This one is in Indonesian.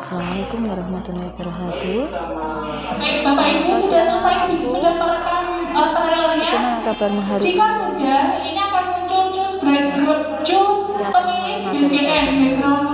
Assalamualaikum warahmatullahi wabarakatuh. Bapak Ibu sudah selesai sudah terekam eh, Gimana penerewannya. kabar hari Jika sudah, ini akan muncul jus background jus pemilih BGN background